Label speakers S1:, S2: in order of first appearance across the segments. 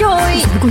S1: còn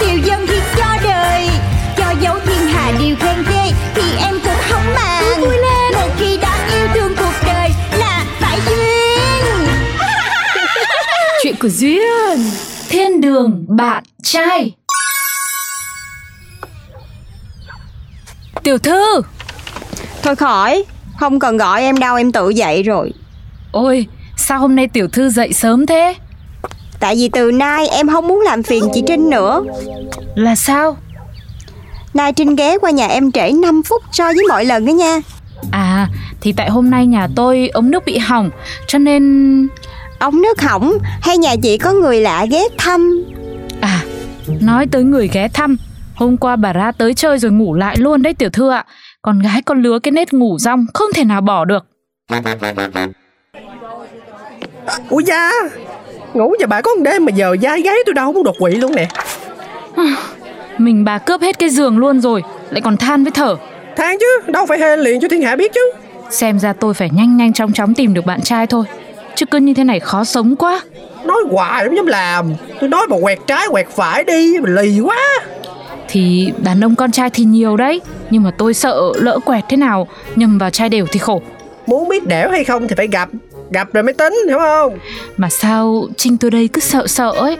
S2: Điều dân thì cho đời Cho dấu thiên hà điều khen ghê Thì em cũng không màng
S1: vui lên.
S2: Một khi đã yêu thương cuộc đời Là phải duyên
S1: Chuyện của duyên
S3: Thiên đường bạn trai
S1: Tiểu thư
S2: Thôi khỏi Không cần gọi em đâu em tự dậy rồi
S3: Ôi sao hôm nay tiểu thư dậy sớm thế
S2: Tại vì từ nay em không muốn làm phiền chị Trinh nữa
S3: Là sao
S2: Nay Trinh ghé qua nhà em trễ 5 phút so với mọi lần đó nha
S3: À thì tại hôm nay nhà tôi ống nước bị hỏng Cho nên
S2: Ống nước hỏng hay nhà chị có người lạ ghé thăm
S3: À nói tới người ghé thăm Hôm qua bà ra tới chơi rồi ngủ lại luôn đấy tiểu thư ạ Con gái con lứa cái nết ngủ rong không thể nào bỏ được
S4: Ủa da Ngủ giờ bà có con đêm mà giờ dai gáy tôi đâu muốn đột quỵ luôn nè
S3: Mình bà cướp hết cái giường luôn rồi Lại còn than với thở
S4: Than chứ Đâu phải hên liền cho thiên hạ biết chứ
S3: Xem ra tôi phải nhanh nhanh chóng chóng tìm được bạn trai thôi Chứ cứ như thế này khó sống quá
S4: Nói hoài không dám làm Tôi nói bà quẹt trái quẹt phải đi Bà lì quá
S3: Thì đàn ông con trai thì nhiều đấy Nhưng mà tôi sợ lỡ quẹt thế nào Nhầm vào trai đều thì khổ
S4: Muốn biết đẻo hay không thì phải gặp Gặp rồi mới tính hiểu không
S3: Mà sao Trinh tôi đây cứ sợ sợ ấy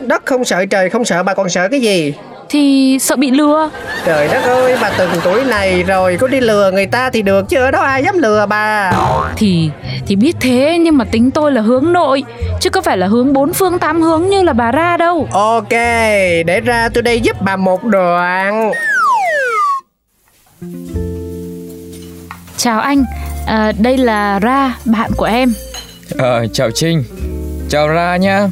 S4: Đất không sợ trời không sợ bà còn sợ cái gì
S3: Thì sợ bị lừa
S4: Trời đất ơi bà từng tuổi này rồi Có đi lừa người ta thì được chứ ở đó ai dám lừa bà
S3: Thì thì biết thế nhưng mà tính tôi là hướng nội Chứ có phải là hướng bốn phương tám hướng như là bà ra đâu
S4: Ok để ra tôi đây giúp bà một đoạn
S3: Chào anh à, Đây là Ra, bạn của em
S5: Ờ, chào Trinh Chào Ra nhá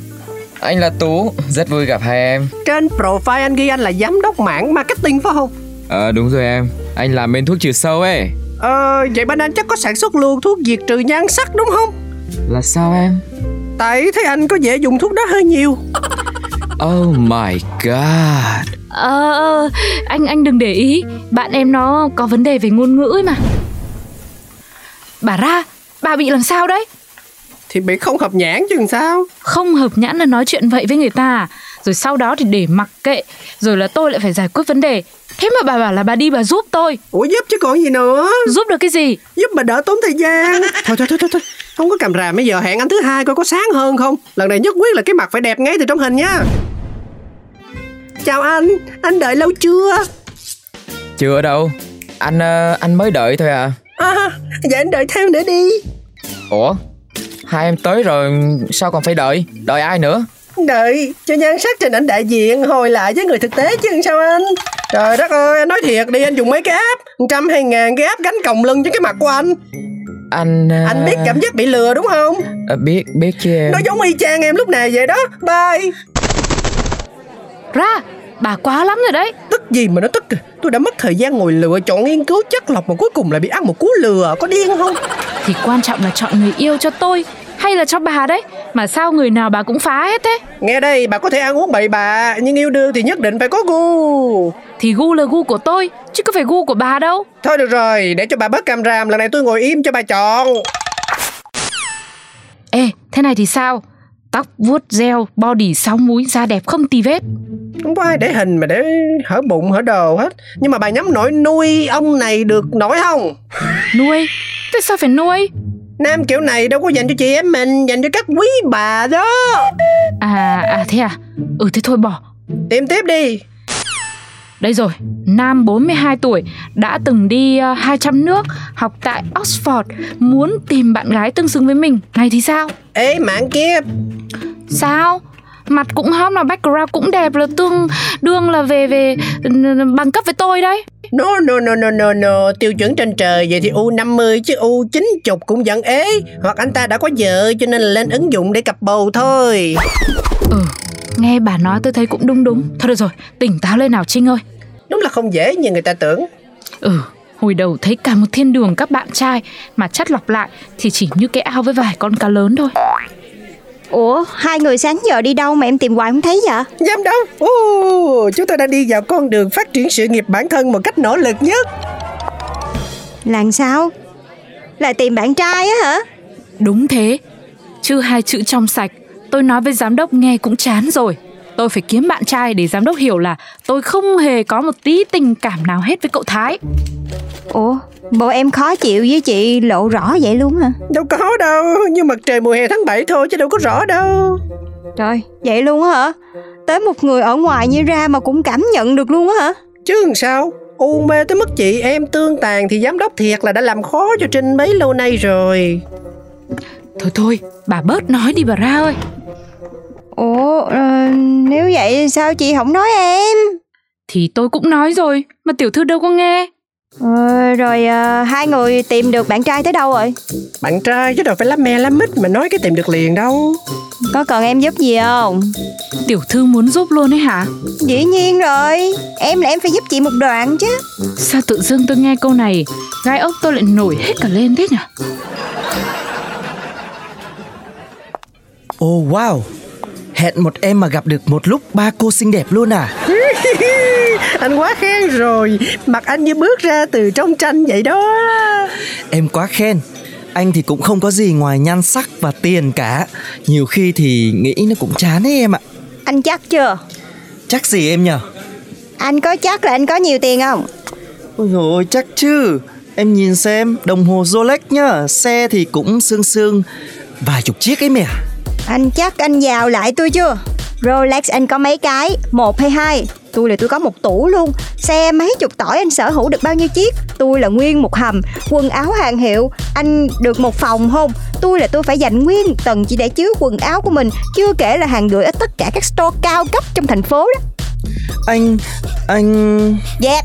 S5: Anh là Tú, rất vui gặp hai em
S4: Trên profile anh ghi anh là giám đốc mảng marketing phải không
S5: Ờ, đúng rồi em Anh làm bên thuốc trừ sâu ấy
S4: Ờ, vậy bên anh chắc có sản xuất luôn thuốc diệt trừ nhan sắc đúng không?
S5: Là sao em?
S4: Tại thấy anh có vẻ dùng thuốc đó hơi nhiều
S5: Oh my god
S3: Ờ ờ, anh anh đừng để ý Bạn em nó có vấn đề về ngôn ngữ ấy mà Bà Ra, bà bị làm sao đấy
S4: Thì bị không hợp nhãn chứ làm sao
S3: không hợp nhãn là nói chuyện vậy với người ta à? rồi sau đó thì để mặc kệ rồi là tôi lại phải giải quyết vấn đề thế mà bà bảo là bà đi bà giúp tôi
S4: Ủa giúp chứ còn gì nữa
S3: giúp được cái gì
S4: Giúp bà đỡ tốn thời gian Thôi thôi thôi thôi, thôi. Không có cầm ràm bây giờ hẹn anh thứ hai coi có sáng hơn không Lần này nhất quyết là cái mặt phải đẹp ngay từ trong hình nha Chào anh, anh đợi lâu chưa?
S5: Chưa đâu Anh, ờ, anh mới đợi thôi à
S4: À, vậy anh đợi thêm nữa đi
S5: Ủa? Hai em tới rồi sao còn phải đợi? Đợi ai nữa?
S4: Đợi cho nhan sắc trên ảnh đại diện hồi lại với người thực tế chứ làm sao anh Trời đất ơi anh nói thiệt đi anh dùng mấy cái app một Trăm hay ngàn cái app gánh còng lưng cho cái mặt của anh
S5: Anh... ờ,
S4: Anh biết cảm giác bị lừa đúng không
S5: ờ, Biết, biết chứ em
S4: Nó giống y chang em lúc này vậy đó Bye
S3: ra bà quá lắm rồi đấy
S4: Tức gì mà nó tức kìa. Tôi đã mất thời gian ngồi lựa chọn nghiên cứu chất lọc mà cuối cùng lại bị ăn một cú lừa Có điên không
S3: thì quan trọng là chọn người yêu cho tôi hay là cho bà đấy mà sao người nào bà cũng phá hết thế
S4: Nghe đây bà có thể ăn uống bậy bạ Nhưng yêu đương thì nhất định phải có gu
S3: thì gu là gu của tôi chứ có phải gu của bà đâu
S4: Thôi được rồi để cho bà bớt cam ràm Lần này tôi ngồi im cho bà chọn
S3: ê thế này thì sao tóc vuốt gel body sáu múi da đẹp không tì vết
S4: Không có ai để hình mà để hở bụng hở đồ hết Nhưng mà bà nhắm nổi nuôi ông này được nổi không
S3: nuôi tại sao phải nuôi
S4: Nam kiểu này đâu có dành cho chị em mình Dành cho các quý bà đó
S3: à à thế à ừ thế thôi bỏ
S4: Tìm tiếp đi
S3: Đây rồi, nam 42 tuổi, đã từng đi ờ, 200 nước, học tại Oxford, muốn tìm bạn gái tương xứng với mình. Này thì sao?
S4: Ê mạng kia
S3: Sao? Mặt cũng hot mà background cũng đẹp là tương đương là về về n- bằng cấp với tôi đấy.
S4: No no no no no no Tiêu chuẩn trên trời Vậy thì U50 chứ U90 cũng vẫn ế Hoặc anh ta đã có vợ Cho nên là lên ứng dụng để cặp bầu thôi
S3: Ừ, nghe bà nói tôi thấy cũng đúng đúng. Thôi được rồi, tỉnh táo lên nào Trinh ơi.
S4: Đúng là không dễ như người ta tưởng
S3: Ừ, hồi đầu thấy cả một thiên đường các bạn trai mà chắt lọc lại thì chỉ như cái ao với vài con cá lớn thôi.
S2: Ủa, hai người sáng giờ đi đâu mà em tìm hoài không thấy vậy?
S4: Giám đốc Ồ, Chúng tôi đã đi vào con đường phát triển sự nghiệp bản thân Một cách nỗ lực nhất
S2: Là sao? Là tìm bạn trai á hả?
S3: Đúng thế. Chứ hai chữ trong sạch, tôi nói với giám đốc nghe cũng chán rồi. Tôi phải kiếm bạn trai để giám đốc hiểu là tôi không hề có một tí tình cảm nào hết với cậu Thái.
S2: Ủa, bộ em khó chịu với chị lộ rõ vậy luôn hả?
S4: Đâu có đâu Như mặt trời mùa hè tháng 7 thôi Chứ đâu có rõ đâu
S2: Trời, vậy luôn á hả? Tới một người ở ngoài như ra mà cũng cảm nhận được luôn á hả?
S4: Chứ làm sao U mê tới mức chị em tương tàn Thì giám đốc thiệt là đã làm khó cho Trinh mấy lâu nay rồi
S3: Thôi thôi, bà bớt nói đi bà ra ơi.
S2: Ủa, ờ, nếu vậy sao chị không nói em?
S3: Thì tôi cũng nói rồi, mà tiểu thư đâu có nghe.
S2: Ờ, rồi ờ, hai người tìm được bạn trai tới đâu rồi?
S4: Bạn trai chứ đâu phải lắm me lắm mít Mà nói cái tìm được liền đâu
S2: Có cần em giúp gì không?
S3: Tiểu thư muốn giúp luôn ấy hả?
S2: Dĩ nhiên rồi, em là em phải giúp chị một đoạn chứ.
S3: Sao tự dưng tôi nghe câu này, gai ốc tôi lại nổi hết cả lên thế nhỉ?
S6: Ồ oh, wow Hẹn một em mà gặp được một lúc ba cô xinh đẹp luôn à
S4: Anh quá khen rồi Mặt anh như bước ra từ trong tranh vậy đó
S6: Em quá khen Anh thì cũng không có gì ngoài nhan sắc và tiền cả Nhiều khi thì nghĩ nó cũng chán ấy em ạ
S2: Anh chắc chưa?
S6: Chắc gì em nhở
S2: Anh có chắc là anh có nhiều tiền không?
S6: Ôi dồi ôi chắc chứ Em nhìn xem đồng hồ Rolex nhá Xe thì cũng sương sương Vài chục chiếc ấy mẹ
S2: Anh chắc anh giàu lại tôi chưa? Rolex anh có mấy cái? Một hay hai? Tôi là tôi có một tủ luôn Xe mấy chục tỏi anh sở hữu được bao nhiêu chiếc Tôi là nguyên một hầm Quần áo hàng hiệu Anh được một phòng không Tôi là tôi phải dành nguyên một tầng chỉ để chứa quần áo của mình Chưa kể là hàng gửi ở tất cả các store cao cấp trong thành phố đó Dạ.
S6: Anh Anh
S2: Dẹp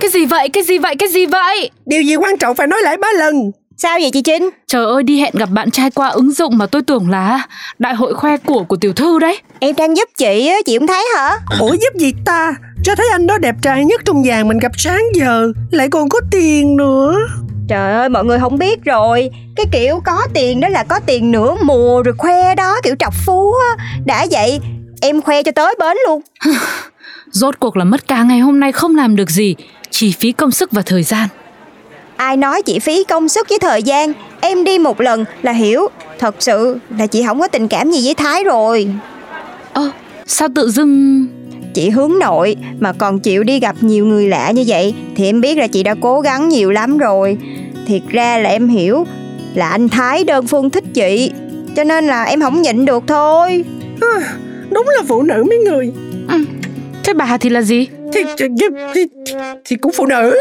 S3: Cái gì vậy, cái gì vậy, cái gì vậy?
S4: Điều gì quan trọng phải nói lại ba lần
S2: Sao vậy chị Trinh?
S3: Trời ơi, đi hẹn gặp bạn trai qua ứng dụng mà tôi tưởng là đại hội khoe của của tiểu thư đấy.
S2: Em đang giúp chị á, chị không thấy hả?
S4: Ủa giúp gì ta Cho thấy anh đó đẹp trai nhất trong vàng mình gặp sáng giờ Lại còn có tiền nữa
S2: Trời ơi mọi người không biết rồi Cái kiểu có tiền đó là có tiền nửa mùa rồi khoe đó kiểu trọc phú á Đã vậy em khoe cho tới bến luôn
S3: Rốt cuộc là mất cả ngày hôm nay không làm được gì, chỉ phí công sức và thời gian.
S2: Ai nói chị phí công sức với thời gian Em đi một lần là hiểu Thật sự là chị không có tình cảm gì với Thái rồi
S3: Ơ, sao tự dưng...
S2: Chị hướng nội mà còn chịu đi gặp nhiều người lạ như vậy Thì em biết là chị đã cố gắng nhiều lắm rồi Thiệt ra là em hiểu Là anh Thái đơn phương thích chị Cho nên là em không nhịn được thôi
S4: Đúng là phụ nữ mấy người
S3: Thế bà thì là gì?
S4: Thì, thì, thì, thì cũng phụ nữ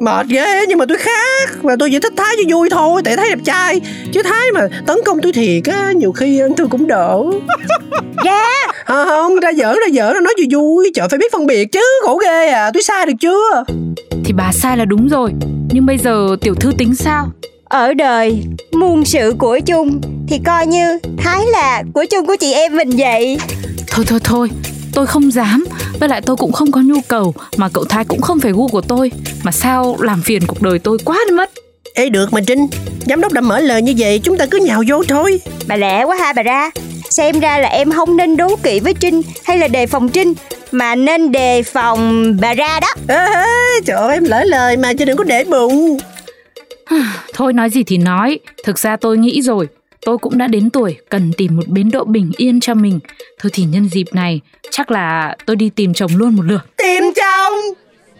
S4: Mệt ghê nhưng mà tôi khác Và tôi chỉ thích Thái cho vui thôi Tại Thái đẹp trai Chứ Thái mà tấn công tôi thiệt á Nhiều khi anh Thư cũng đỡ
S2: Ra
S4: à, Không ra giỡn ra giỡn Nói vui vui Trời phải biết phân biệt chứ Khổ ghê à Tôi sai được chưa
S3: Thì bà sai là đúng rồi, nhưng bây giờ tiểu thư tính sao?
S2: ở đời muôn sự của chung thì coi như thái là của chung của chị em mình vậy
S3: Thôi thôi thôi, tôi không dám, với lại tôi cũng không có nhu cầu, mà cậu Thái cũng không phải gu của tôi. Mà sao làm phiền cuộc đời tôi quá đi mất.
S4: Ê được mà Trinh Giám đốc đã mở lời như vậy Chúng ta cứ nhào vô thôi
S2: bà lẹ quá ha bà ra xem ra là em không nên đố kỵ với trinh hay là đề phòng trinh mà nên đề phòng bà ra đó
S4: Ê, ê, Trời ơi em lỡ lời mà Chứ đừng có để bụng
S3: Thôi nói gì thì nói, thực ra tôi nghĩ rồi, tôi cũng đã đến tuổi cần tìm một bến đỗ bình yên cho mình. Thôi thì nhân dịp này, chắc là tôi đi tìm chồng luôn một lượt.
S4: Tìm chồng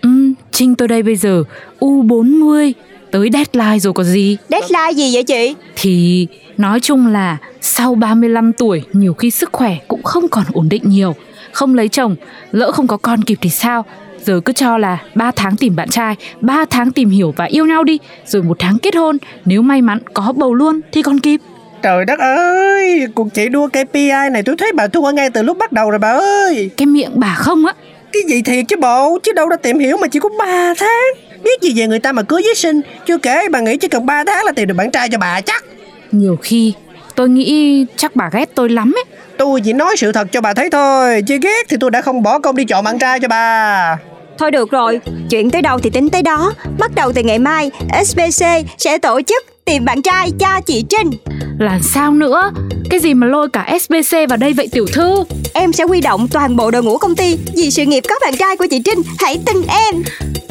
S3: Ừ, Trinh tôi đây bây giờ, U40, Tới deadline rồi có gì
S2: Deadline gì vậy chị?
S3: Thì nói chung là sau 35 tuổi nhiều khi sức khỏe cũng không còn ổn định nhiều Không lấy chồng, lỡ không có con kịp thì sao Giờ cứ cho là 3 tháng tìm bạn trai, 3 tháng tìm hiểu và yêu nhau đi Rồi một tháng kết hôn, nếu may mắn có bầu luôn thì còn kịp
S4: Trời đất ơi, cuộc chạy đua KPI này tôi thấy bà thua ngay từ lúc bắt đầu rồi bà ơi
S3: Cái miệng bà không á
S4: Cái gì thiệt chứ bộ, chứ đâu đã tìm hiểu mà chỉ có 3 tháng Biết gì về người ta mà cưới với sinh Chưa kể bà nghĩ chỉ cần 3 tháng là tìm được bạn trai cho bà chắc
S3: Nhiều khi tôi nghĩ chắc bà ghét tôi lắm ấy
S4: Tôi chỉ nói sự thật cho bà thấy thôi Chứ ghét thì tôi đã không bỏ công đi chọn bạn trai cho bà
S2: Thôi được rồi, chuyện tới đâu thì tính tới đó. Bắt đầu từ ngày mai, SBC sẽ tổ chức tìm bạn trai cho chị Trinh.
S3: Là sao nữa Cái gì mà lôi cả SBC vào đây vậy tiểu thư
S2: Em sẽ huy động toàn bộ đội ngũ công ty vì sự nghiệp có bạn trai của chị Trinh. Hãy tin em.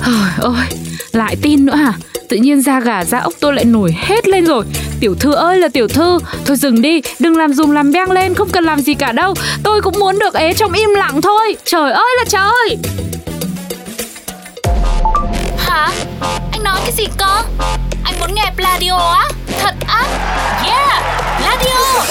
S3: Trời ơi, lại tin nữa hả? Tự nhiên da gà da ốc tôi lại nổi hết lên rồi Tiểu thư ơi là tiểu thư Thôi dừng đi, đừng làm dùng làm beng lên Không cần làm gì cả đâu Tôi cũng muốn được ế trong im lặng thôi Trời ơi là trời
S7: Hả? Anh nói cái gì cơ? Anh muốn nghe Pladio á? Thật á? Yeah! Pladio!